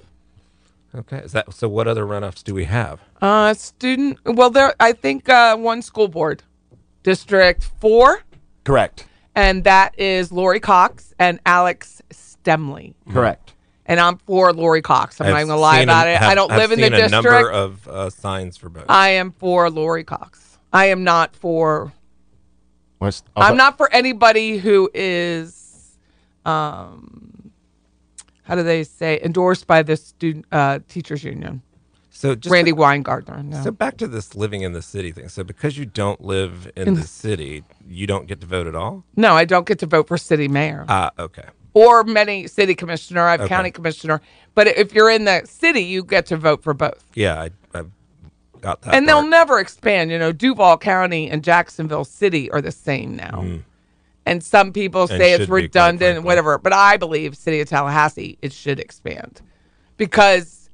Okay, is that so? What other runoffs do we have? Uh, student, well, there, I think uh, one school board, District 4. Correct. and that is Lori Cox and Alex Stemley. Correct. And I'm for Lori Cox. I'm I've not even gonna lie seen about a- it. I have- don't I've live in the seen a district. number of uh, signs for both. I am for Lori Cox. I am not for. What's- I'm not for anybody who is, um, how do they say, endorsed by the student uh, teachers union. so just Randy Weingartner. No. So back to this living in the city thing. So because you don't live in the city, you don't get to vote at all. no, I don't get to vote for city mayor Ah, okay. or many city commissioner. I have Okay. county commissioner. But if you're in the city, you get to vote for both. Yeah, I, I got that. and they'll part. never expand. You know, Duval County and Jacksonville City are the same now. And some people say Mm. should be, it's quite redundant and frankly. whatever, but I believe City of Tallahassee it should expand because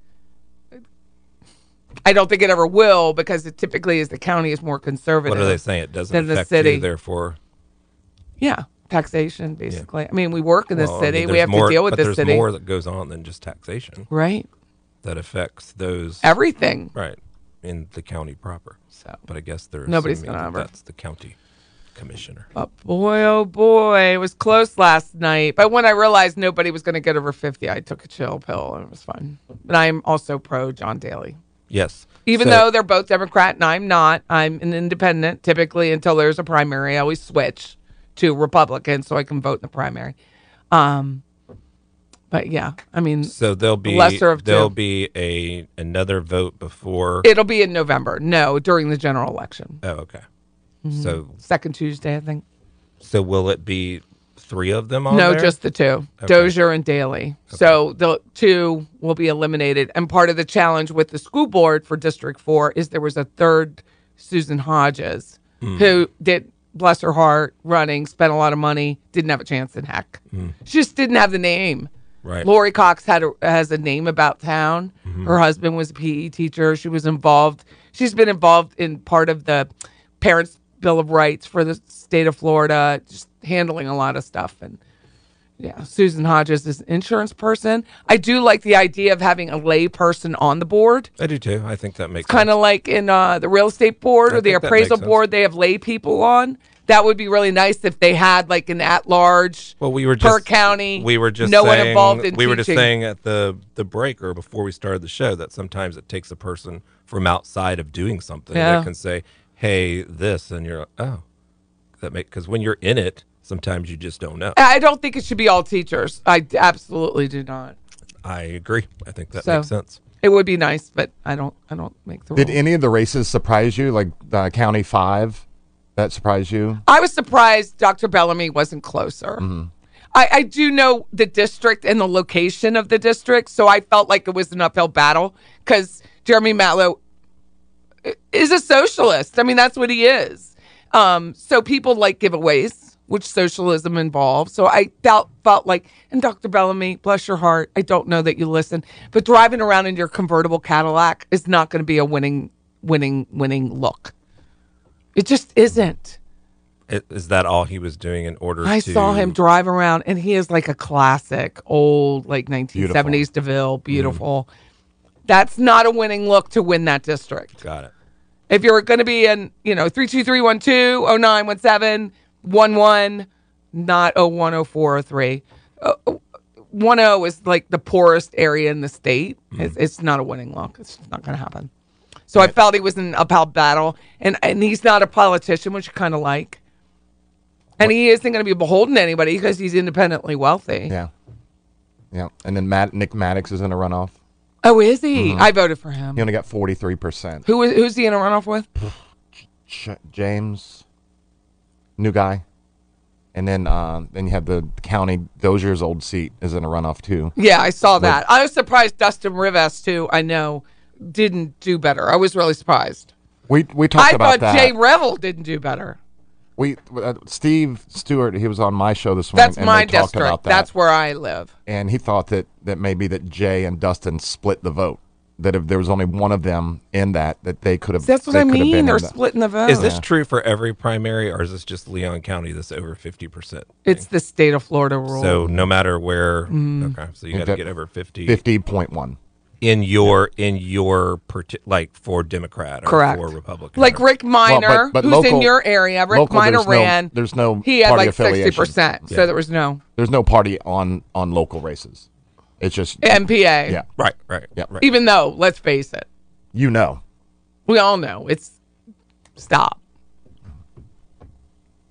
I don't think it ever will because it typically is the county is more conservative. What are they saying? It doesn't than the affect city. you, therefore. Yeah, taxation basically. I mean, we work in this Well, I mean, city, we there's have more- to deal with but this there's city, more that goes on than just taxation right? that affects those Everything. right in the county proper. So. But I guess they're Nobody's assuming gonna that ever- That's the county commissioner. But boy, oh boy, it was close last night. But when I realized nobody was going to get over 50, I took a chill pill and it was fun. But I'm also pro John Daly. Yes. Even So- though they're both Democrat and I'm not, I'm an independent typically until there's a primary. I always switch to Republican so I can vote in the primary. Um, but yeah, I mean, So there'll be lesser of two. there'll be a another vote before. it'll be in November. No, during the general election. oh, okay. Mm-hmm. So Second Tuesday, I think. so will it be three of them on no, there? just the two, Okay. Dozier and Daly. So the two will be eliminated. And part of the challenge with the school board for District Four is there was a third Susan Hodges Hmm. who did, bless her heart, running, spent a lot of money, didn't have a chance in heck. Hmm. She just didn't have the name. right. Mm-hmm. Lori Cox had a, has a name about town. Her husband was a PE teacher. She was involved. She's been involved in part of the Parents Bill of Rights for the state of Florida, just handling a lot of stuff. And yeah, Susan Hodges is an insurance person. I do like the idea of having a lay person on the board. I do too. I think that makes Kind sense. of like in uh, the real estate board I or the think that appraisal makes sense. board, they have lay people on. That would be really nice if they had like an at-large Well, we were just per county. We were just no saying, one involved in We were just teaching. saying at the the break or before we started the show that sometimes it takes a person from outside of doing something Yeah. that can say, "Hey, this," and you're like, "Oh, that make." Because when you're in it, sometimes you just don't know. I don't think it should be all teachers. I d- absolutely do not. I agree. I think that So- makes sense. It would be nice, but I don't. I don't make the rules. Did any of the races surprise you? Like uh, County Five, that surprised you? I was surprised Dr. Bellamy wasn't closer. I, I do know the district and the location of the district, so I felt like it was an uphill battle because Jeremy Matlow i- is a socialist. I mean, that's what he is. Um, so people like giveaways, which socialism involves. So I felt felt like, and Dr. Bellamy, bless your heart, I don't know that you listen, but driving around in your convertible Cadillac is not going to be a winning, winning, winning look. It just isn't. I- Is that all he was doing in order? I to, saw him drive around, and he is like a classic old, like 1970s Beautiful. DeVille, beautiful. That's not a winning look to win that district. Got it. If you're going to be in, you know, 32312, 0917, 11, not 0104 or 3. Uh, uh, 10 is like the poorest area in the state. It's, it's not a winning look. It's not going to happen. So I felt he was in an uphill battle, and, and he's not a politician, which I kind of like. And he isn't going to be beholden to anybody because he's independently wealthy. Yeah, yeah. And then Matt, Nick Maddox is in a runoff. Oh, is he? I voted for him. He only got forty three percent. Who is who's he in a runoff with? James, new guy, and then uh, then you have the county Dozier's old seat is in a runoff too. Yeah, I saw that. I was surprised Dustin Rivas too. I know didn't do better. I was really surprised. We we talked I about thought that. Jay Revel didn't do better. we uh, Steve Stewart, he was on my show this morning. That's and my we talked about district. that. That's where I live. and he thought that that maybe that Jay and Dustin split the vote. That if there was only one of them in that, that they could have. That's what they I could have been mean. in They're the- splitting the vote. Is this true for every primary, or is this just Leon County that's over fifty percent? It's the state of Florida rule. So no matter where, okay. So you got to that- get over fifty. fifty point one. in your in your parti- like for Democrat or Correct. for Republican. Like Rick Miner, but who's in local- your area. Rick local, Miner there's no- ran. there's no He had party like affiliation. percent, so there was no There's no party on on local races. It's just MPA. yeah, right, right, Yeah. right. Even though, let's face it, you know, we all know it's stop.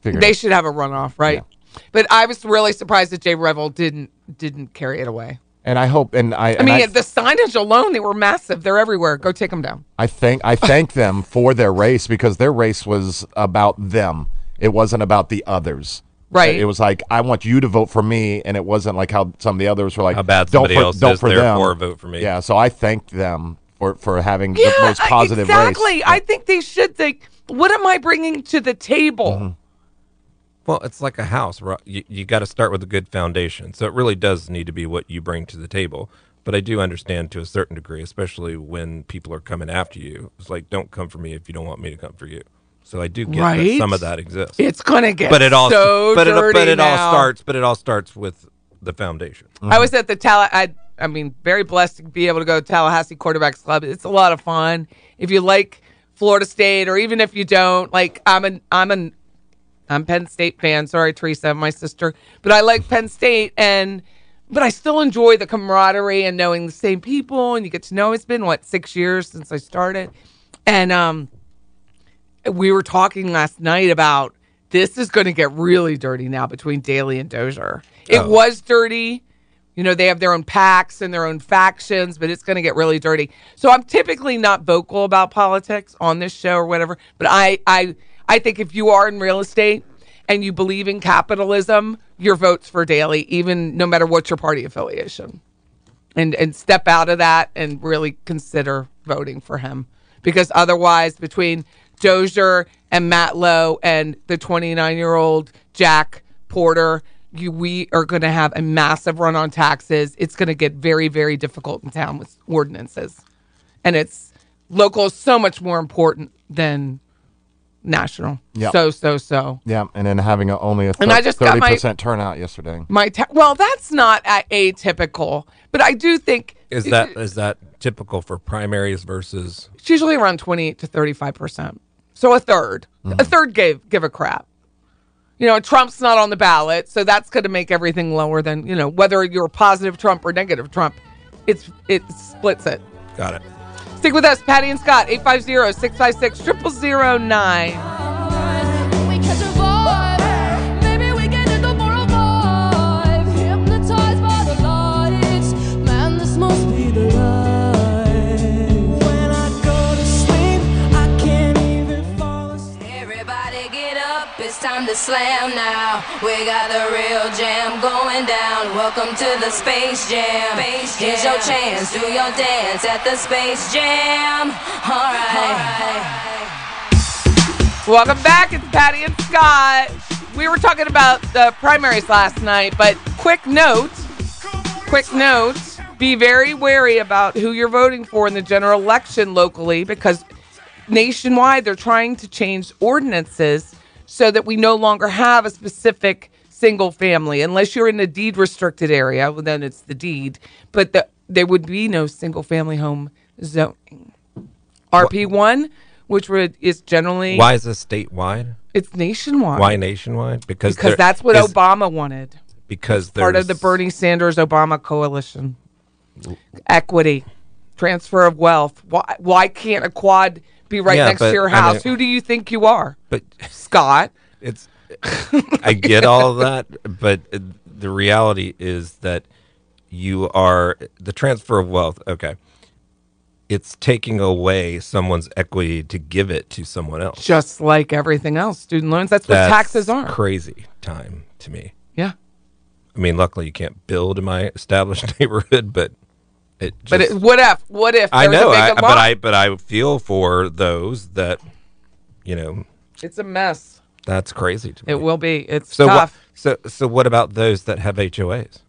figure it They out. should have a runoff, right? But I was really surprised that Jay Revel didn't didn't carry it away. and I hope and I I and mean, I, the signage alone, they were massive. They're everywhere. Go take them down. I thank I thank them for their race because their race was about them. It wasn't about the others. Right. It was like I want you to vote for me, and it wasn't like how some of the others were like How bad don't somebody for, else don't is, for therefore them. vote for me. Yeah. So I thanked them for for having the most I- positive exactly. race. I think they should think. What am I bringing to the table? Mm-hmm. Well, it's like a house. right? You, you got to start with a good foundation. So it really does need to be what you bring to the table. But I do understand to a certain degree, especially when people are coming after you. It's like, don't come for me if you don't want me to come for you. So I do get that Right. some of that exists. It's gonna get but it all, so but it, dirty but it all now. starts, but it all starts with the foundation. I was at the Tala. I, I mean, very blessed to be able to go to Tallahassee Quarterbacks Club. It's a lot of fun. If you like Florida State, or even if you don't, like I'm an I'm an I'm Penn State fan. Sorry, Teresa, my sister, but I like Penn State, and but I still enjoy the camaraderie and knowing the same people, and you get to know. It's been what six years since I started, and um, we were talking last night about this is going to get really dirty now between Daly and Dozier. It was dirty. You know, they have their own packs and their own factions, but it's going to get really dirty. So I'm typically not vocal about politics on this show or whatever, but I I I think if you are in real estate and you believe in capitalism, your votes for Daly even no matter what your party affiliation and and step out of that and really consider voting for him because otherwise between Dozier and Matt Lowe and the 29 year old Jack Porter you, we are going to have a massive run on taxes. It's going to get very, very difficult in town with ordinances, and it's local is so much more important than national. Yeah. So, so, so. yeah, and then having a, only a And I just got thirty my- percent turnout yesterday. My ta- well, that's not a- atypical, but I do think Is that is that typical for primaries versus? it's usually around 28 to 35 percent so a 3rd a third gave give a crap you know trump's not on the ballot so that's going to make everything lower than you know whether you're positive trump or negative trump it's it splits it Got it. stick with us patty and scott 850-656-0009 catch a vibe. Maybe we get it tomorrow vibe. Hypnotized by the lights. Man, this must be the life. When I go to sleep, I can't even fall asleep. Everybody get up, it's time to slam now. We got the real jam going down. Welcome to the Space Jam. Space jam. Here's your chance, do your dance at the Space Jam. Alright. welcome back it's patty and scott we were talking about the primaries last night but quick note quick note be very wary about who you're voting for in the general election locally because nationwide they're trying to change ordinances so that we no longer have a specific single family unless you're in a deed restricted area well, then it's the deed but the, there would be no single family home zoning rp1 which would is generally Why is this statewide? it's nationwide Why nationwide? Because because there that's what is- obama wanted Because part of the there's- Bernie Sanders Obama coalition. Equity, transfer of wealth. Why, why can't a quad be right Yeah, next but, to your I mean- house? Who do you think you are? But Scott. It's I get all of that, but uh, the reality is that you are the transfer of wealth. Okay. It's taking away someone's equity to give it to someone else. Just like everything else, student loans. That's, That's what taxes are. Crazy time to me. yeah. I mean, luckily you can't build in my established neighborhood, but it just, But it, what if? What if? I there was a know, big I, but alarm? I but I feel for those that you know It's a mess. that's crazy to me. It will be. It's So what? tough. So so what about those that have HOAs?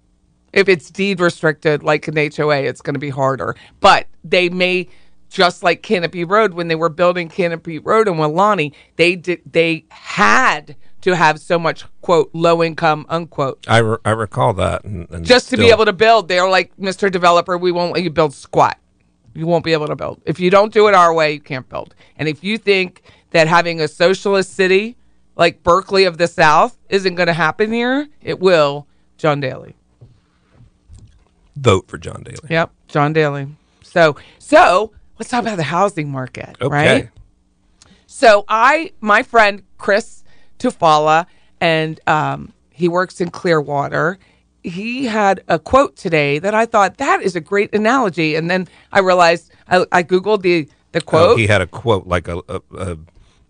if it's deed restricted like an HOA, it's going to be harder. But they may just like Canopy Road when they were building Canopy Road in Willani, they did they had to have so much quote low income unquote I, re- I recall that. And, and just to be still- able to build. They're like, Mr. Developer, we won't let you build squat. You won't be able to build. If you don't do it our way, you can't build. And if you think that having a socialist city like Berkeley of the South isn't going to happen here, it will. John Daly. Vote for John Daly. Yep, John Daly. So, so let's talk about the housing market, Okay. right? So I, my friend Chris Tufala, and um, he works in Clearwater. He had a quote today that I thought that is a great analogy, and then I realized I, I googled the the quote. Oh, he had a quote like a, a, a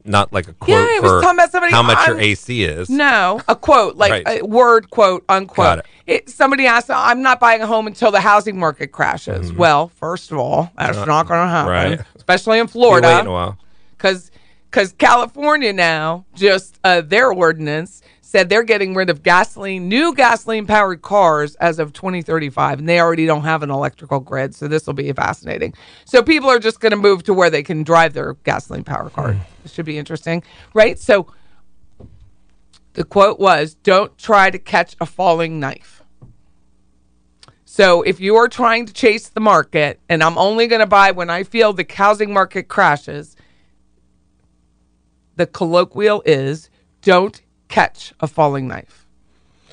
not like a quote he was for talking about somebody how much on- your AC is. No, a quote, like Right. a word, quote, unquote. Got it. somebody asked, I'm not buying a home until the housing market crashes. Well, first of all, that's not, going to happen, Mm-hmm. Uh, right. especially in You're waiting a Florida. while. Because California now, just uh, their ordinance said they're getting rid of gasoline, new gasoline powered cars as of 2035, and they already don't have an electrical grid. So this will be fascinating. So people are just going to move to where they can drive their gasoline powered car. This Should be interesting, right? So the quote was, Don't try to catch a falling knife. So if you are trying to chase the market, and I'm only going to buy when I feel the housing market crashes, the colloquial is, Don't catch a falling knife.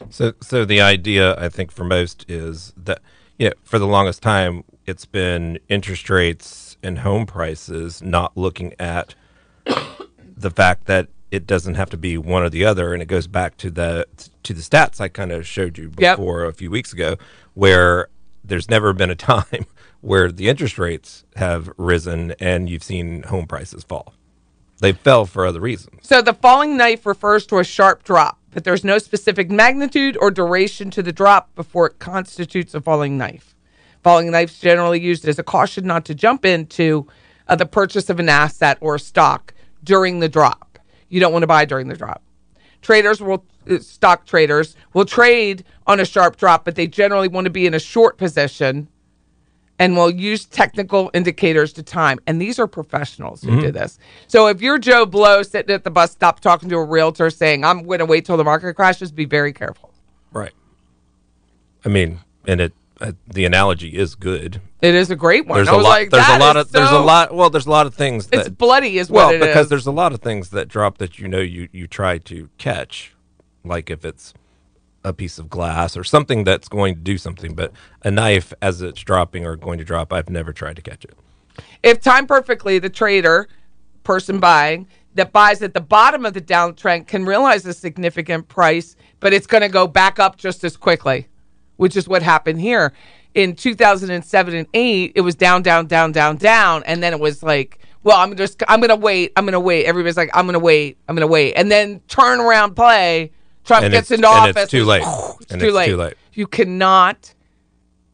So, so the idea I think for most is that yeah, for the longest time it's been interest rates and home prices, not looking at the fact that it doesn't have to be one or the other, and it goes back to the to the stats I kind of showed you Yep. before a few weeks ago, where there's never been a time where the interest rates have risen and you've seen home prices fall. They fell for other reasons. So the falling knife refers to a sharp drop, but there's no specific magnitude or duration to the drop before it constitutes a falling knife. Falling knifes generally used as a caution not to jump into uh, the purchase of an asset or stock during the drop. You don't want to buy during the drop. Traders will uh, stock traders will trade on a sharp drop, but they generally want to be in a short position and will use technical indicators to time. And these are professionals who Mm-hmm. do this. So if you're Joe Blow sitting at the bus stop talking to a realtor saying, I'm going to wait till the market crashes, be very careful. Right. I mean, and it uh, the analogy is good. It is a great one. There's I a was lot. like, there's a "That lot is of. There's a so- lot. Well, there's a lot of things that. It's bloody, is well, what it is. because there's a lot of things that drop that you know you you try to catch, like if it's a piece of glass or something that's going to do something, but a knife as it's dropping or going to drop, I've never tried to catch it. if timed perfectly, the trader, person buying, that buys at the bottom of the downtrend can realize a significant price, but it's going to go back up just as quickly, which is what happened here. In 2007 and 8, it was down, down, down, down, down. And then it was like, well, I'm just, I'm going to wait. I'm going to wait. Everybody's like, I'm going to wait. I'm going to wait. And then turn around play. Trump And gets it's- into and office. it's too late. it's And too it's late. too late. You cannot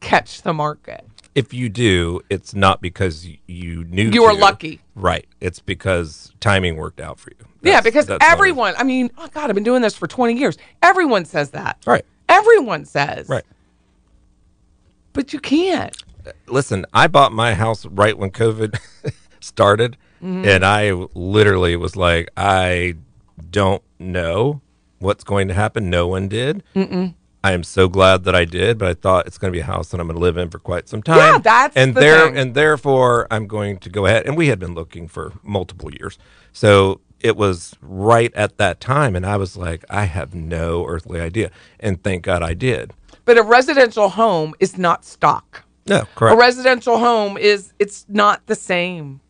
catch the market. If you do, it's not because y- you knew You were to. lucky. right? It's because timing worked out for you. yeah, That's- because that's one of the- everyone, I mean, oh God, I've been doing this for 20 years. Everyone says that. Right. Everyone says. Right. But you can't. listen, I bought my house right when COVID started, Mm-hmm. and I literally was like, I don't know what's going to happen. No one did. I am so glad that I did, but I thought it's going to be a house that I'm going to live in for quite some time. Yeah, that's and the there thing. and therefore I'm going to go ahead. And we had been looking for multiple years, so it was right at that time, and I was like, I have no earthly idea, and thank God I did. But a residential home is not stock. No, A correct. residential home is, it's not the same.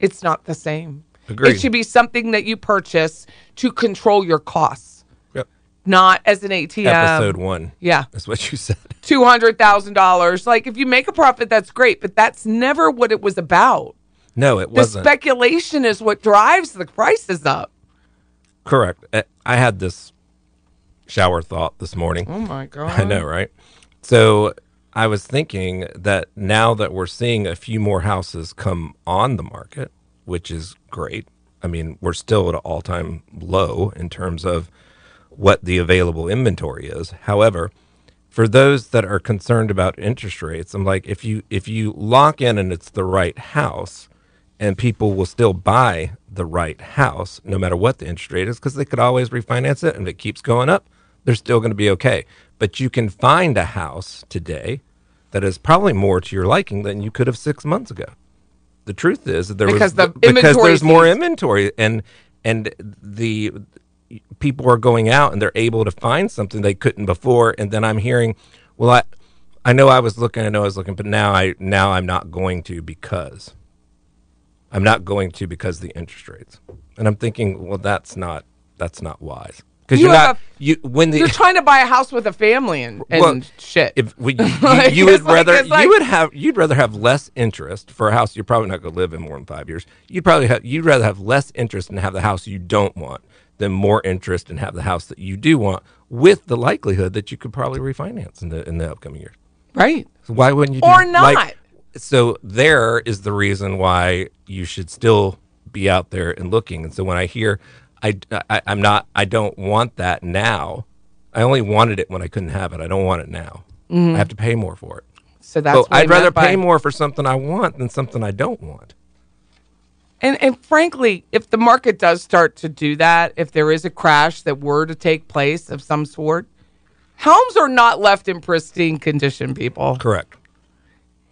It's not the same. Agreed. It should be something that you purchase to control your costs, Yep. not as an ATM. Episode one. Yeah. that's what you said. two hundred thousand dollars. Like if you make a profit, that's great, but that's never what it was about. No, it The wasn't. speculation is what drives the prices up. Correct. I- I had this shower thought this morning. Oh my god! I know, right? So I was thinking that now that we're seeing a few more houses come on the market, which is great. I mean, we're still at an all time low in terms of what the available inventory is. However, for those that are concerned about interest rates, I'm like, if you if you lock in and it's the right house, and people will still buy the right house no matter what the interest rate is because they could always refinance it, and if it keeps going up, they're still going to be okay. But you can find a house today that is probably more to your liking than you could have six months ago. The truth is that there Because was the because inventory there's more fees- inventory and and the people are going out and they're able to find something they couldn't before. And then I'm hearing, well, I I know I was looking, I know I was looking, but now I now I'm not going to because I'm not going to because the interest rates. And I'm thinking, well, that's not that's not wise because You you're have not a- you when the You're trying to buy a house with a family and, and Well, shit. if we, you, Like, you would it's like- rather it's like- you would have you'd rather have less interest for a house you're probably not going to live in more than five years. You'd probably have you'd rather have less interest and have the house you don't want than more interest and have the house that you do want with the likelihood that you could probably refinance in the in the upcoming years. right. So why wouldn't you? Or do, not. so there is the reason why you should still be out there and looking. And so when I hear, I, I I'm not, I don't want that now. I only wanted it when I couldn't have it. I don't want it now. I have to pay more for it. So Mm-hmm. that's so what he I'd rather meant by- pay more for something I want than something I don't want. And and frankly, if the market does start to do that, if there is a crash that were to take place of some sort, homes are not left in pristine condition, people. Correct.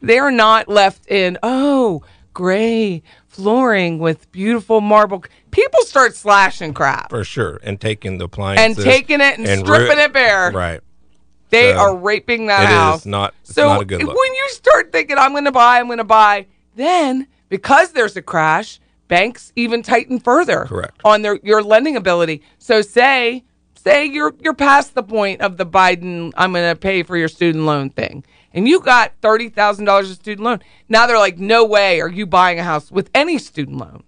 They're not left in oh, gray flooring with beautiful marble. People start slashing crap. For sure. And taking the appliances. taking it and stripping it bare. Right. They So, are raping that it is house. not- it's so not a good look. when you start thinking, I'm going to buy, I'm going to buy, then because there's a crash, banks even tighten further Correct. on their your lending ability. So say say you're you're past the point of the Biden, I'm going to pay for your student loan thing, and you got thirty thousand dollars of student loan. Now they're like, no way, are you buying a house with any student loan?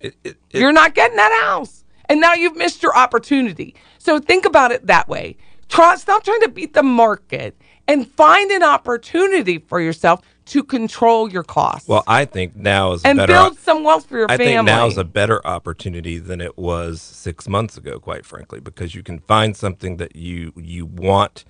It- it- You're not getting that house. And now you've missed your opportunity. So think about it that way. Try, stop trying to beat the market and find an opportunity for yourself to control your costs well, I think now is a and better build some wealth for your I family. think now is a better opportunity than it was six months ago, quite frankly, because you can find something that you you want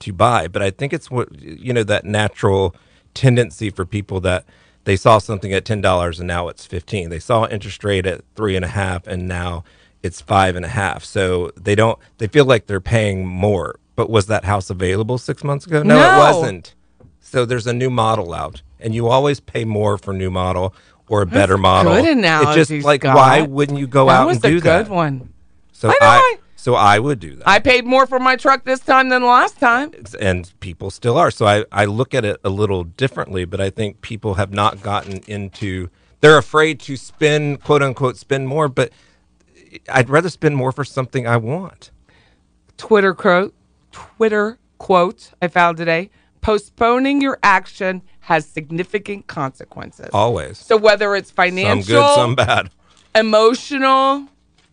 to buy. But I think it's what you know that natural tendency for people that they saw something at ten dollars and now it's fifteen. They saw interest rate at three and a half and now it's five and a half. So they don't they feel like they're paying more. But was that house available six months ago? No, No. it wasn't. So there's a new model out, and you always pay more for new model or a better model. good It's analogy, just like Scott. why wouldn't you go that out was and do a that? good one. So I know, I, I- so I would do that, I paid more for my truck this time than last time. and people still are. So I I look at it a little differently, but I think people have not gotten into. They're afraid to spend quote unquote spend more, but I'd rather spend more for something I want. Twitter quote, Twitter quote I found today. Postponing your action has significant consequences. Always, So whether it's some financial, good, some bad. emotional.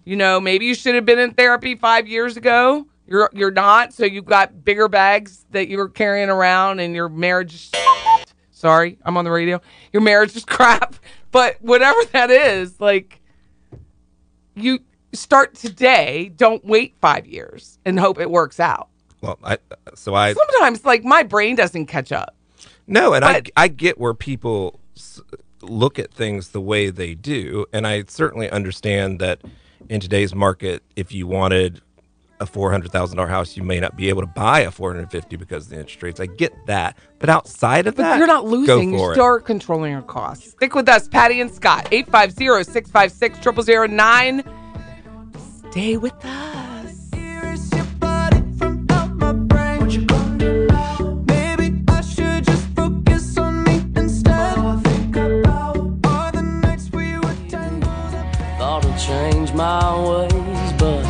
You know, maybe you should have been in therapy five years ago. You're you're not, so you've got bigger bags that you're carrying around, and your marriage. Is shit. Sorry, I'm on the radio. Your marriage is crap, but whatever that is, like, you start today. Don't wait five years and hope it works out. Well, I so I Sometimes, like, my brain doesn't catch up. No, and But- I I get where people s- look at things the way they do, and I certainly understand that in today's market, if you wanted a four hundred thousand dollar house, you may not be able to buy a four hundred fifty because of the interest rates. I get that, but outside of that, You're not losing. Go for You it. start controlling your costs. Stick with us, Patty and Scott, 850 656 0009. Stay with us. Thought I'd change my ways, but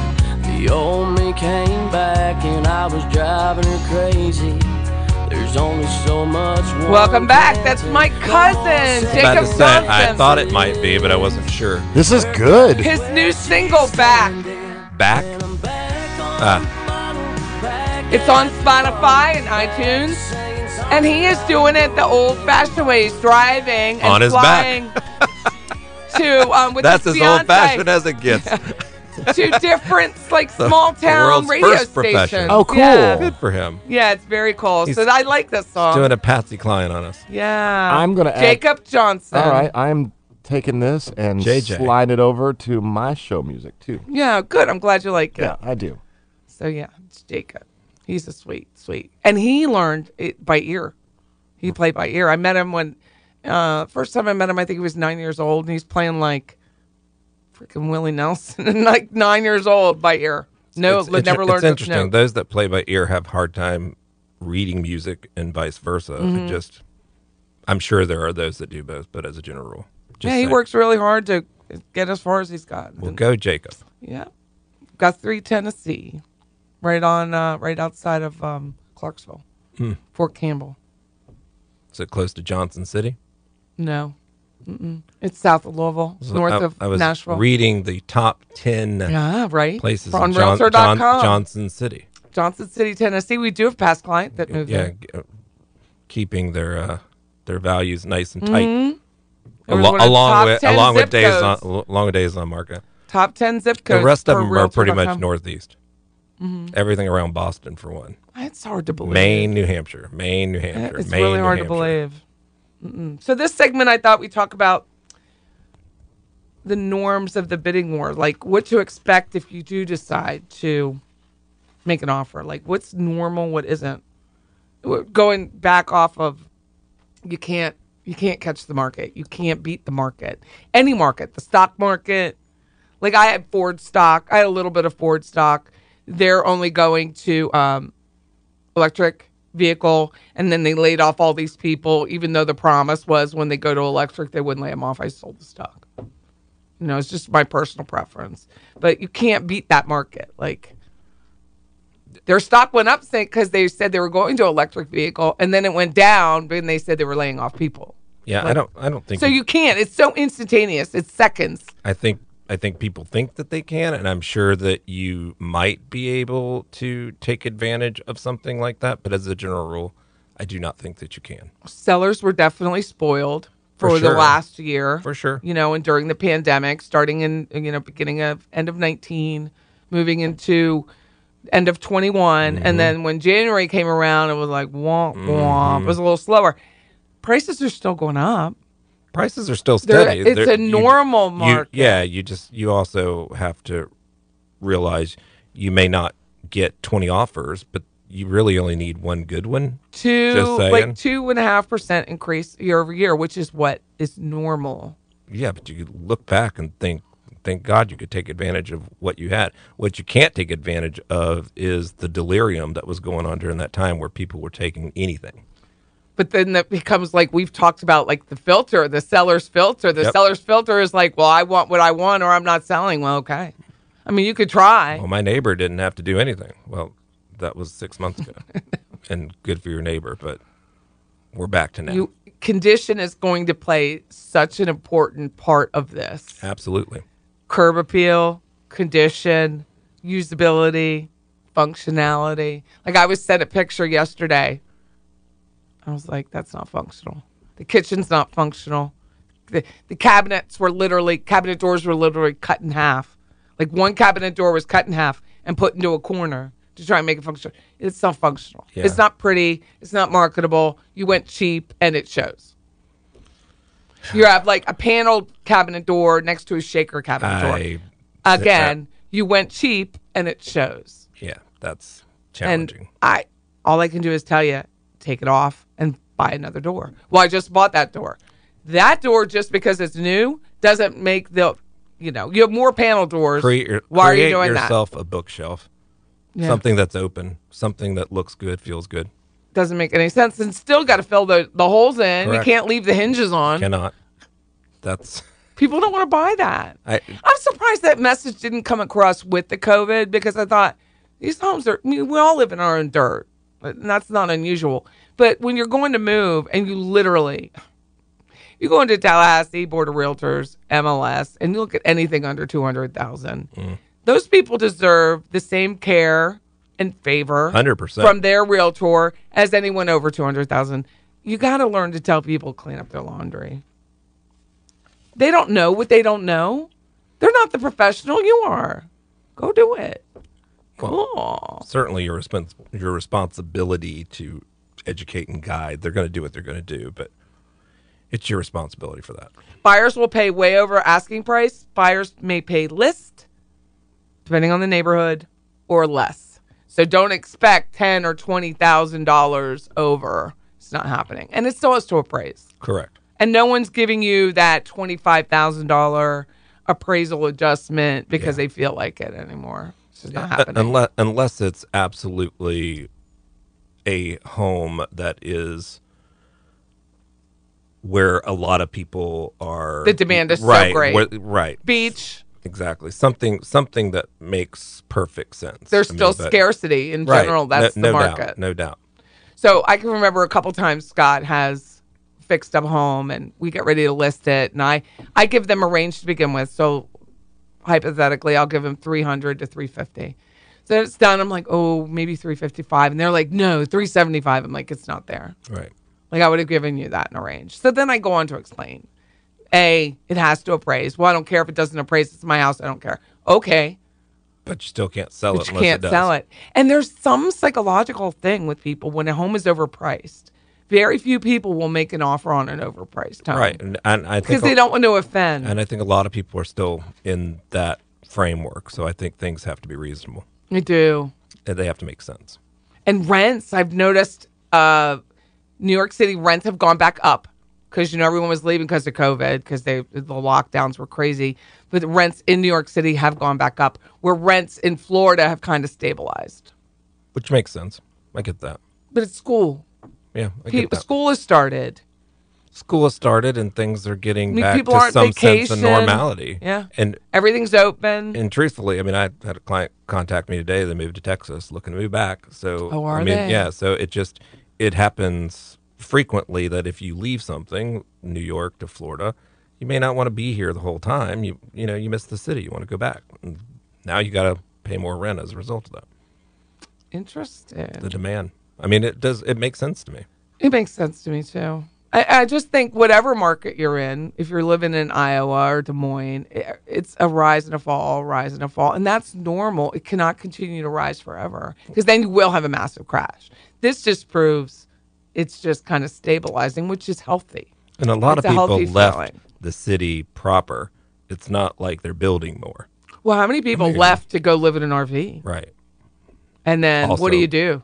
the old me came back and I was driving her crazy. There's only so much. one Welcome back. can That's do. my cousin, About Jacob to say, I Johnson. thought it might be, but I wasn't sure. This is good. His new single, Back. Back, I'm back on uh, It's on Spotify and iTunes. And he is doing it the old fashioned way. He's driving and On his flying back. to, um, with that's his as fiance. old fashioned as it gets. to different like small town world's radio first profession. stations. Oh, cool. Yeah. Good for him. Yeah, it's very cool. He's so I like this song. Doing a Patsy Cline on us. yeah. I'm gonna add- Jacob Johnson. All right, I'm taking this and JJ. slide it over to my show music too. Yeah, good. I'm glad you like it. Yeah, I do. So yeah, it's Jacob. He's a sweet, sweet, and he learned it by ear. He played by ear. I met him when uh, first time I met him. I think he was nine years old, and he's playing like freaking Willie Nelson, like nine years old by ear. No, it's, but it's- never learned. It's interesting. No. Those that play by ear have hard time reading music, and vice versa. Mm-hmm. It just, I'm sure there are those that do both, but as a general rule, just yeah, he saying. works really hard to get as far as he's gotten. Well, go Jacob. Yeah. Got three Tennessee. Right on uh, right outside of um, Clarksville. Hmm. Fort Campbell. Is it close to Johnson City? No. Mm-mm. It's south of Louisville, So north I, of I was Nashville. Reading the top ten yeah, right. places on in John- Realtor.com. John- Johnson City. Johnson City, Tennessee. We do have past client that moved yeah, in. g- uh, keeping their uh, their values nice and tight. Mm-hmm. It was Alo- one of the top 10 along with along with zip days on codes. al- along with days on market. Top 10 zip codes. The rest of per them are pretty much Realtor.com. northeast. Mm-hmm. Everything around Boston for one. It's hard to believe. Maine, New Hampshire. Maine, New Hampshire. It's Maine, really New hard to Hampshire. believe. Mm-mm. So this segment, I thought we talk about the norms of the bidding war, like what to expect if you do decide to make an offer. Like what's normal, what isn't. We're Going back off of, you can't you can't catch the market. You can't beat the market. Any market, the stock market. Like I had Ford stock. I had a little bit of Ford stock. They're only going to um, electric vehicle and then they laid off all these people even though the promise was when they go to electric they wouldn't lay them off i sold the stock you know it's just my personal preference but you can't beat that market like their stock went up because they said they were going to electric vehicle and then it went down when they said they were laying off people Yeah, I don't. I don't think. so you can't it's so instantaneous it's seconds I think. I think people think that they can, and I'm sure that you might be able to take advantage of something like that. But as a general rule, I do not think that you can. sellers were definitely spoiled for, For the sure. last year. For sure. You know, and during the pandemic, starting in you know, beginning of end of 19, moving into end of 21, Mm-hmm. and then when January came around, it was like womp womp. Mm-hmm. It was a little slower. Prices are still going up. prices are still They're- steady. it's a you- normal you- market. yeah, you just you also have to realize you may not get twenty offers, but you really only need one good one. Two Just saying. like two and a half percent increase year over year, which is what is normal. Yeah, but you look back and think, thank God you could take advantage of what you had. What you can't take advantage of is the delirium that was going on during that time where people were taking anything. but then that becomes like we've talked about like the filter the seller's filter the Yep. seller's filter is like well i want what i want or i'm not selling well okay i mean you could try Well, my neighbor didn't have to do anything. Well, that was six months ago, and good for your neighbor, but we're back to now. you condition is going to play such an important part of this Absolutely. curb appeal condition usability functionality like i was sent a picture yesterday i was like that's not functional the kitchen's not functional the, the cabinets were literally cabinet doors were literally cut in half. Like one cabinet door was cut in half and put into a corner to try and make it functional. It's not functional. Yeah. It's not pretty. It's not marketable. You went cheap and it shows. You have like a paneled cabinet door next to a shaker cabinet I door. Again, you went cheap and it shows. yeah, that's And challenging. I all I can do is tell you, take it off and buy another door. Well, I just bought that door. That door just because it's new doesn't make the you know, you have more panel doors. create your, Why are create you doing yourself a bookshelf, that? Yeah. something that's open, something that looks good, feels good. Doesn't make any sense. And still gotta fill the, the holes in. Correct. You can't leave the hinges on. Cannot. That's People don't want to buy that. I. I'm surprised that message didn't come across with the COVID because I thought these homes are, I mean, we all live in our own dirt. And that's not unusual. But when you're going to move and you literally, you go into Tallahassee, Board of Realtors, MLS, and you look at anything under 200,000, those people deserve the same care and favor 100%. from their realtor as anyone over 200,000. You got to learn to tell people clean up their laundry. They don't know what they don't know. They're not the professional you are. Go do it. Cool. Certainly, your respons- your responsibility to educate and guide. They're going to do what they're going to do, but it's your responsibility for that. Buyers will pay way over asking price. Buyers may pay list, depending on the neighborhood, or less. So don't expect ten or twenty thousand dollars over. It's not happening, and it still has to appraise. Correct. And no one's giving you that twenty five thousand dollar appraisal adjustment because they feel like it anymore. It's just not happening. Unless unless it's absolutely a home that is where a lot of people are. The demand is so right, great. where- right. Beach. Exactly. Something something that makes perfect sense. There's I mean, still but- scarcity in Right. general. That's no, the no market. Doubt, no doubt. So I can remember a couple times Scott has fixed up a home and we get ready to list it and I I give them a range to begin with. So hypothetically I'll give them 300 to 350. So it's done. I'm like, "Oh, maybe 355." And they're like, "No, 375." I'm like, "It's not there." Right. Like I would have given you that in a range. So then I go on to explain. A, it has to appraise. Well, I don't care if it doesn't appraise. It's my house. I don't care. Okay But you still can't sell but it. you unless can't it does. sell it. And there's some psychological thing with people when a home is overpriced. Very few people will make an offer on an overpriced home, Right. And, and I think Because they a- don't want to offend. And I think a lot of people are still in that framework. So I think things have to be reasonable. They do. and They have to make sense. And rents, I've noticed uh, New York City rents have gone back up because you know everyone was leaving because of COVID because they the lockdowns were crazy. But rents in New York City have gone back up, where rents in Florida have kind of stabilized. Which makes sense. I get that. But it's school. Yeah, I Pe- get that. school has started. School has started and things are getting mean, back people to aren't some sense vacation. of normality. Yeah. And Everything's open. and truthfully, I mean, I had a client contact me today. They moved to Texas, looking to move back. So Oh, are I mean, they? yeah. So it just it happens frequently that if you leave something, New York to Florida, you may not want to be here the whole time. You you know you miss the city. You want to go back. And now you got to pay more rent as a result of that. Interesting. The demand. I mean, it does. It makes sense to me. It makes sense to me too. I, I just think whatever market you're in, if you're living in Iowa or Des Moines, i it's a rise and a fall, rise and a fall, and that's normal. It cannot continue to rise forever because then you will have a massive crash. This just proves it's just kind of stabilizing, which is healthy. And a lot It's a of people healthy left feeling. the city proper. It's not like they're building more, Well, how many people left to go live in an RV? right? And then what Also- do you do?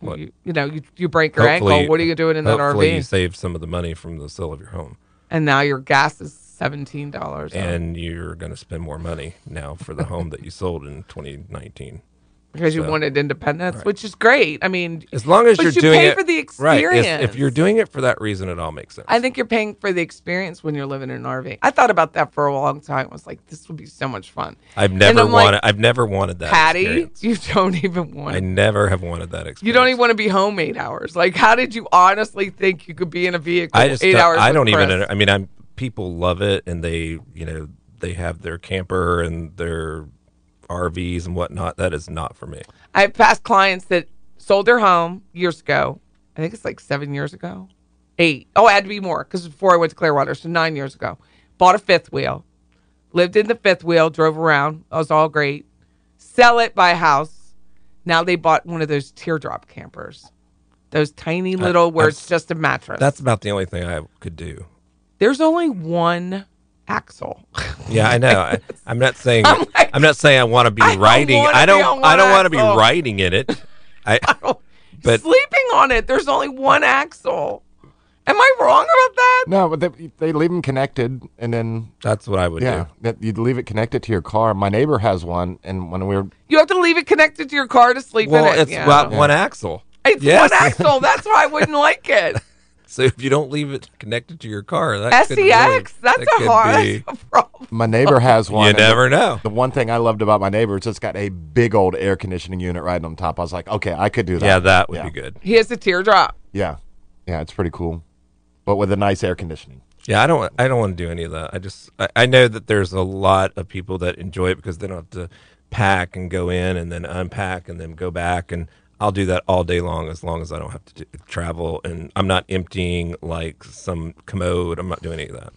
What- You, you know, you, you break your ankle. What are you doing in that hopefully you RV? save some of the money from the sale of your home. And now your gas is seventeen dollars. and you're going to spend more money now for the home that you sold in 2019. because you So- wanted independence, which is great. I mean, As long as But you're you doing pay it for the right? experience. If, if you're doing it for that reason, it all makes sense. I think you're paying for the experience when you're living in an RV. I thought about that for a long time. I was like, this would be so much fun. I've And never I'm like, wanted. I've never wanted that. Patty, experience. you don't even want. I never have wanted that experience. you don't even want to be home eight hours. Like, how did you honestly think you could be in a vehicle I just eight don't- hours? I with don't even. Chris? I mean, I'm people love it, and they you know they have their camper and their RVs and whatnot. That is not for me. I've passed clients that sold their home years ago. I think it's like seven years ago, eight. Oh, it had to be more because before I went to Clearwater, so nine years ago. Bought a fifth wheel, lived in the fifth wheel, drove around. It was all great. Sell it, buy a house. Now they bought one of those teardrop campers, those tiny little where I've it's just a mattress. That's about the only thing I could do. There's only one axle. Yeah, I know. I, I'm not saying I'm, I'm like- not saying I want to be I don't writing. wanna I be don't. on I don't one want to be axle. writing in it. I But- Sleeping on it, there's only one axle. Am I wrong about that? No, but they, they leave them connected, and then that's what I would yeah, do. that you'd leave it connected to your car. My neighbor has one, and when we were You have to leave it connected to your car to sleep Well, in it. it's yeah. about one axle. It's Yes. one axle. That's why I wouldn't like it. So if you don't leave it connected to your car, that SEX. could really- E that's that a could hard be- that's a problem. my neighbor has one. you and the- never know. The one thing I loved about my neighbor is it's got a big old air conditioning unit right on top. I was like, okay, I could do that. Yeah, that would Yeah. be good. He has a teardrop. Yeah, yeah, it's pretty cool, but with a nice air conditioning. Yeah, I don't. want- I don't want to do any of that. I just. I, I know that there's a lot of people that enjoy it because they don't have to pack and go in and then unpack and then go back and. I'll do that all day long as long as I don't have to do, travel and I'm not emptying like some commode. I'm not doing any of that.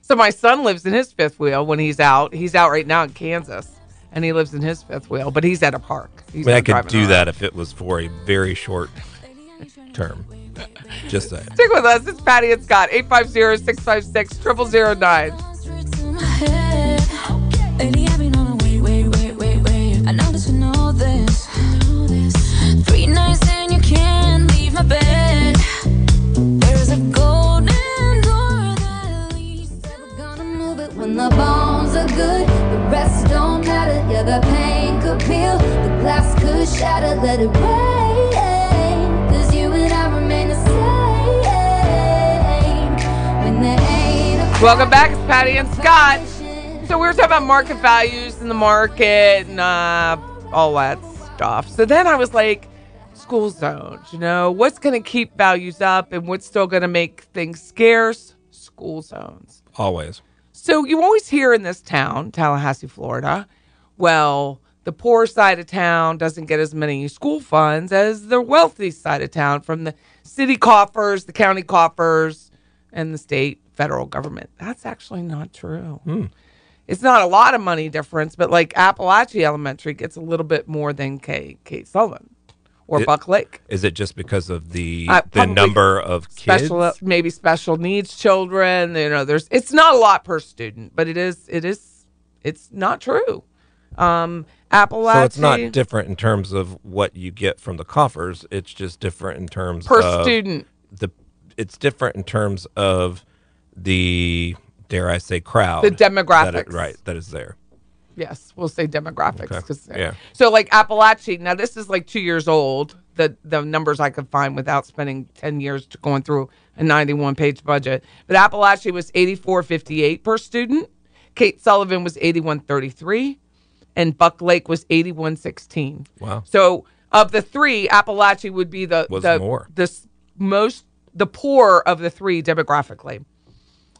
So my son lives in his fifth wheel when he's out. He's out right now in Kansas, and he lives in his fifth wheel, but he's at a park. He's I mean, I not could driving do around. that if it was for a very short term. Just saying. Stick with us. It's Patty and Scott, 850-656-0009. Baby, I've been on a wait, wait, wait, wait, wait. I know that you know this. Welcome back. It's Patty and Scott. So we were talking about market values in the market and uh, all that stuff. So then I was like, school zones, you know, what's going to keep values up and what's still going to make things scarce? School zones. Always. So you always hear in this town, Tallahassee, Florida, well, the poor side of town doesn't get as many school funds as the wealthy side of town from the city coffers, the county coffers, and the state federal government. That's actually not true. It's not a lot of money difference, but like Appalachia Elementary gets a little bit more than K Kate Sullivan or It- Buck Lake. Is it just because of the Uh, the probably number of kids? special maybe special needs children you know there's it's not a lot per student but it is it is it's not true um appalachia so it's not different in terms of what you get from the coffers. It's just different in terms per of student The it's different in terms of the dare I say crowd The that it- demographics. right that is there. yes we'll say demographics Okay, 'cause- uh, yeah. so like appalachia now this is like two years old the the numbers i could find without spending 10 years to going through a 91 page budget but appalachia was 8458 per student kate sullivan was 8133 and buck lake was 8116 Wow. So of the three, Appalachia would be the Was the, more. the s- most the poor of the three demographically.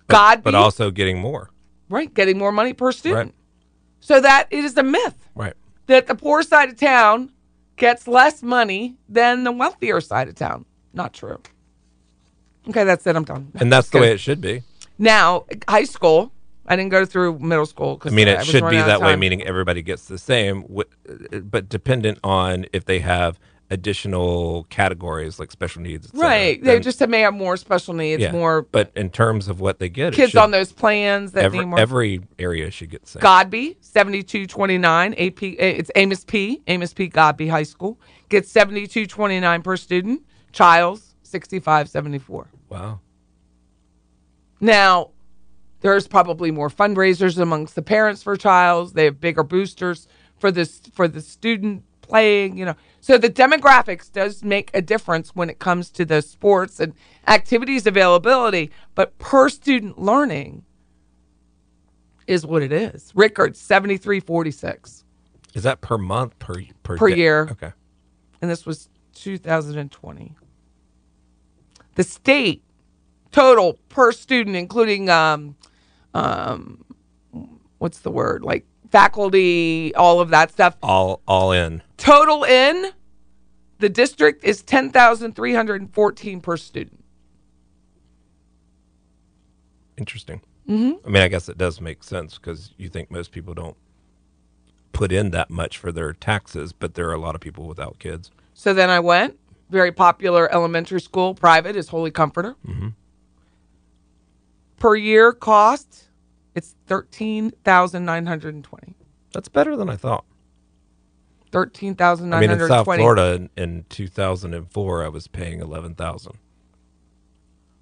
God, But also getting more. right, getting more money per student. Right. So that it is a myth Right. that the poor side of town gets less money than the wealthier side of town. Not true. Okay, that's it. I'm done. And that's the way it should be. now high school. I didn't go through middle school. I Cause mean, it was should running be out of that way, time. meaning everybody gets the same, wi- uh, but dependent on if they have additional categories like special needs. et cetera, right. They then- just may have more special needs, yeah. more But in terms of what they get, it kids should- on those plans that every, need more. every area should get the same. Godby, 7229, AP, eh, it's Amos P, Amos P Godby High School, gets 7229 per student. Childs, 6574. Wow. Now, there's probably more fundraisers amongst the parents for Childs. They have bigger boosters for this for the student playing, you know. So the demographics does make a difference when it comes to the sports and activities availability, but per student learning is what it is. Rickard 7346. Is that per month, per per, Per day? year. Okay. and this was 2020. The state total per student, including um, um, what's the word like faculty, all of that stuff. All all in. Total in the district is 10,314 per student. Interesting. Mm-hmm. I mean, I guess it does make sense because you think most people don't put in that much for their taxes, but there are a lot of people without kids. So then I went. Very popular elementary school, private is Holy Comforter. Per year cost, it's thirteen thousand nine hundred and twenty. That's better than I thought. Thirteen I thousand mean, nine in hundred twenty. South Florida in, in 2004, I was paying 11000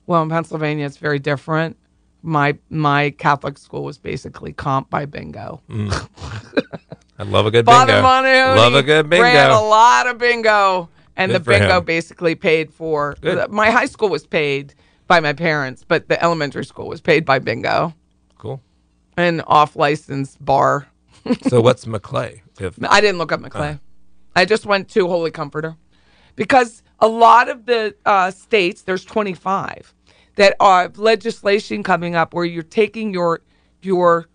Well, in Pennsylvania, it's very different. My my Catholic school was basically comp by bingo. I love a good Father Mm. bingo. Monteone love a good ran a bingo. lot of bingo, and Good the for bingo him. basically paid for. Good. My high school was paid by my parents, but the elementary school was paid by bingo Cool. and off license bar. So what's McClay? If I didn't look up McClay. I just went to Holy Comforter because a lot of the uh, states, there's 25 that are legislation coming up where you're taking your your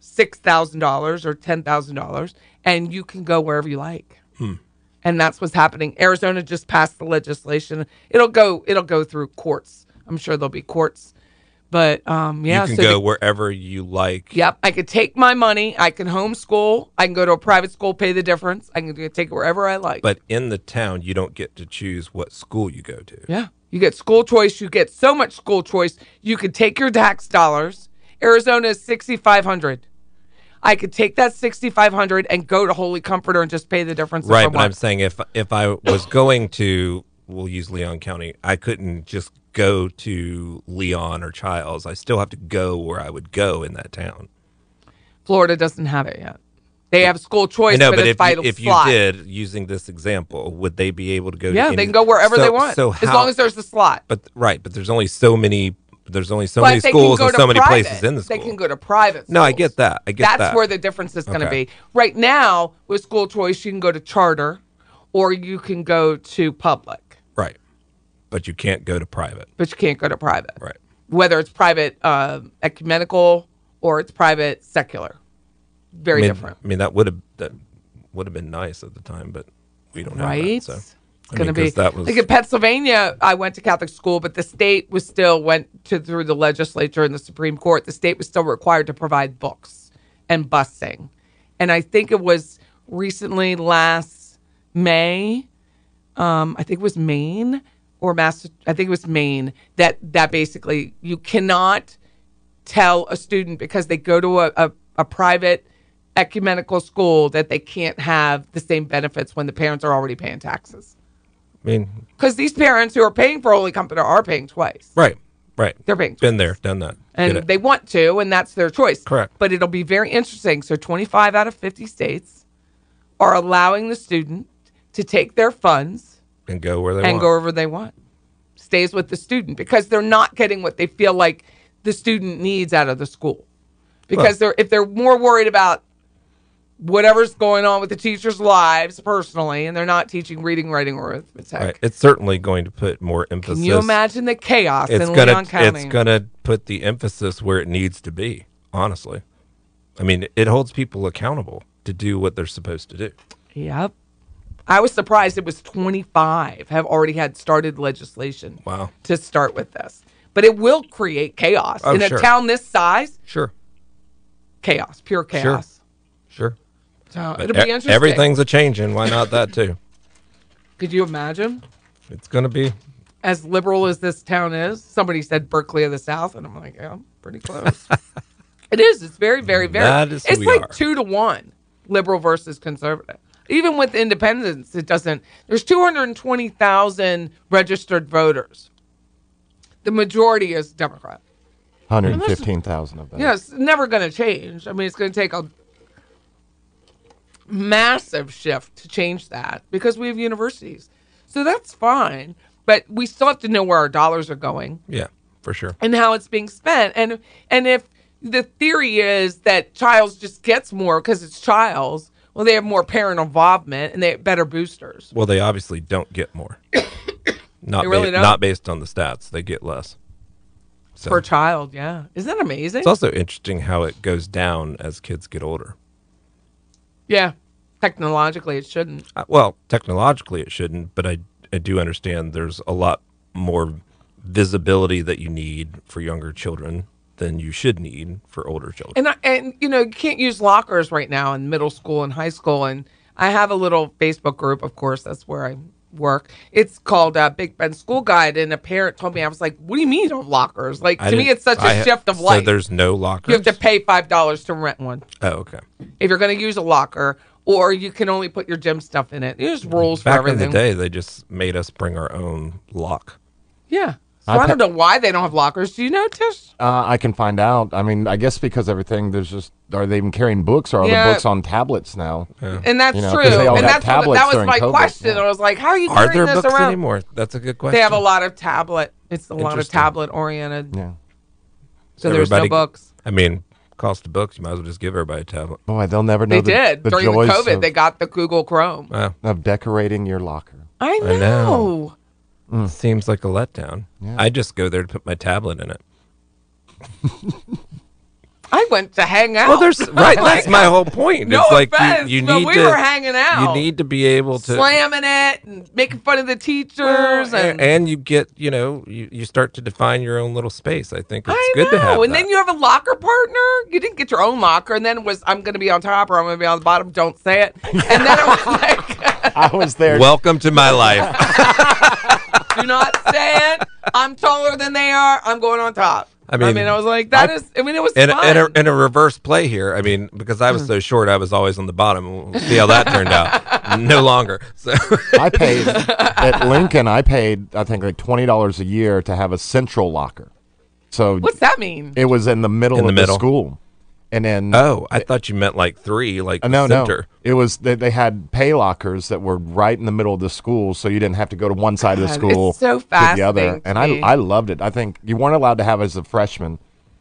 six thousand dollars or ten thousand dollars and you can go wherever you like. Hmm. And that's what's happening. Arizona just passed the legislation. It'll go. It'll go through courts. I'm sure there'll be courts. But um, yeah, you can so go the- wherever you like. Yep. I could take my money. I can homeschool. I can go to a private school, pay the difference. I can take it wherever I like. But in the town, you don't get to choose what school you go to. yeah, you get school choice. You get so much school choice. You could take your tax dollars. Arizona is 6,500. I could take that 6,500 and go to Holy Comforter and just pay the difference. if I Right, but want. I'm saying if if I was going to, we'll use Leon County, I couldn't just go to Leon or Childs. I still have to go where I would go in that town. Florida doesn't have it yet. They have school I choice, know, but, but, it's if by you, if you slot. did using this example, would they be able to go? to yeah, any- they can go wherever So- they want So as how- long as there's a slot. but right, but there's only so many there's only so many But they can schools go and to so many private. places in the school. They can go to private. no, I schools. get that. I get That's that. where the difference is going to Okay. be. Right now, with school choice, you can go to charter, or you can go to public, right, but you can't go to private. but you can't go to private. Right. Whether it's private uh, ecumenical or it's private secular, very I mean, different. I mean, that would have that would have been nice at the time, but we don't right? have that. So It's going to be that was like in Pennsylvania. I went to Catholic school, but the state was still went to through the legislature and the Supreme Court. The state was still required to provide books and busing, and I think it was recently last May. Um, I think it was Maine or Mass. I think it was Maine that that basically you cannot tell a student because they go to a, a, a private ecumenical school that they can't have the same benefits when the parents are already paying taxes. I mean, Because these parents who are paying for Holy Company are paying twice. right, right. They're paying twice. Been there, done that. Get And it. they want to, and that's their choice. Correct. But it'll be very interesting. So 25 out of 50 states are allowing the student to take their funds and go where they and want. go wherever they want. Stays with the student because they're not getting what they feel like the student needs out of the school. Because they're if they're more worried about whatever's going on with the teachers' lives personally, and they're not teaching reading, writing, or arithmetic. Right. It's certainly going to put more emphasis. Can you imagine the chaos It's in gonna Leon County? it's gonna put the emphasis where it needs to be. Honestly, I mean, it holds people accountable to do what they're supposed to do. Yep. I was surprised it was 25 have already had started legislation Wow. to start with this. But it will create chaos. Oh, in a sure. town this size, Sure, chaos, pure chaos. sure. So But it'll e- be interesting. Everything's a changing. Why not that too? Could you imagine? It's gonna be As liberal as this town is, somebody said Berkeley of the South, and I'm like, yeah, I'm pretty close. it is. It's very, very, very. That is who it's we like are. two to one, liberal versus conservative. Even with independents, it doesn't. There's 220,000 registered voters. The majority is Democrat. 115,000 of them. Yeah, it's never going to change. I mean, it's going to take a massive shift to change that because we have universities. So that's fine. But we still have to know where our dollars are going yeah for sure. and how it's being spent. And and if the theory is that Childs just gets more because it's Childs, well, they have more parent involvement and they have better boosters. Well, they obviously don't get more. Not They really ba- don't. not based on the stats, they get less. So Per child, yeah. Isn't that amazing? it's also interesting how it goes down as kids get older. yeah. Technologically, it shouldn't. Uh, well, technologically it shouldn't, but I I do understand there's a lot more visibility that you need for younger children than you should need for older children. And I, and you know, you can't use lockers right now in middle school and high school. And I have a little Facebook group, of course, that's where I work. It's called uh, Big Ben School Guide. And a parent told me, I was like, "What do you mean of lockers? Like I to me, didn't- it's such a I ha- shift of so life. there's no lockers. you have to pay five dollars to rent one oh, okay. if you're going to use a locker, or you can only put your gym stuff in it. There's rules for Back in everything. the day, they just made us bring our own lock. Yeah. So I've I don't had- know why they don't have lockers. Do you know, Tish? Uh, I can find out. I mean, I guess because everything, there's just, are they even carrying books or are Yeah. the books on tablets now? And that's You know, true. 'cause they all And got that's what, tablets that was during my COVID, question. yeah. I was like, how are you Are carrying there this books around? anymore? That's a good question. They have a lot of tablet. It's a lot of Interesting. tablet oriented. Yeah. So there's no Everybody- books. I mean, cost of books, you might as well just give everybody a tablet. Boy, they'll never know They the, did the during the joys COVID. of, they got the Google Chrome. Wow. of decorating your locker. I know. know. Seems like a letdown. I just go there to put my tablet in it. I went to hang out. Well, there's right. That's my whole point. No it's like you- offense, you, but need we to, were hanging out. You need to be able to slamming it and making fun of the teachers and. and, and you get you know you, you start to define your own little space. I think it's I good know. to have. and that. then you have a locker partner. You didn't get your own locker, and then it was I'm going to be on top or I'm going to be on the bottom. Don't say it. And then it was like, I was there. welcome to my life. do not say it. I'm taller than they are. I'm going on top. I mean, I mean, I was like, that I- is. I, mean, it was In, fun. in, a, in a reverse play here, I mean, because I Hmm. was so short, I was always on the bottom. We'll see how that turned out. No longer. So I paid at Lincoln. I paid I think like twenty dollars a year to have a central locker. So What's that mean? it was in the middle In the of middle. the school, and then Oh, I thought you meant like three, like Uh, the no, center. no. It was they, they had pay lockers that were right in the middle of the school, so you didn't have to go to one side of the God, school it's so to the fascinating other. to And I, me. I loved it. I think you weren't allowed to have it as a freshman,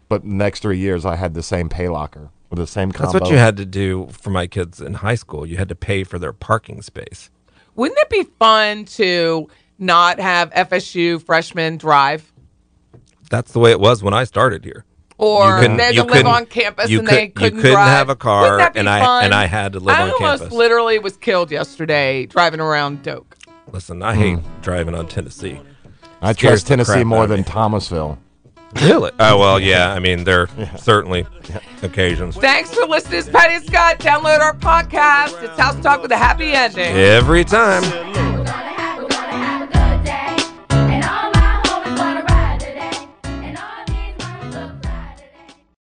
but the next three years I had the same pay locker with the same combo. That's what you had to do for my kids in high school. You had to pay for their parking space. Wouldn't it be fun to not have FSU freshmen drive? That's the way it was when I started here. Or couldn't- they had you to live on couldn't- campus you and they could- you couldn't couldn't drive. have a car, Wouldn't that be and I- fun? and I had to live I on almost campus. literally was killed yesterday driving around Doak. Listen, I hate driving on Tennessee. I scares the crap trust Tennessee out more of me. than Thomasville. Really? Oh well, yeah. I mean, there are certainly occasions. Thanks for listening. It's Patty and Scott. Download our podcast. It's House Talk with a Happy Ending. Every time.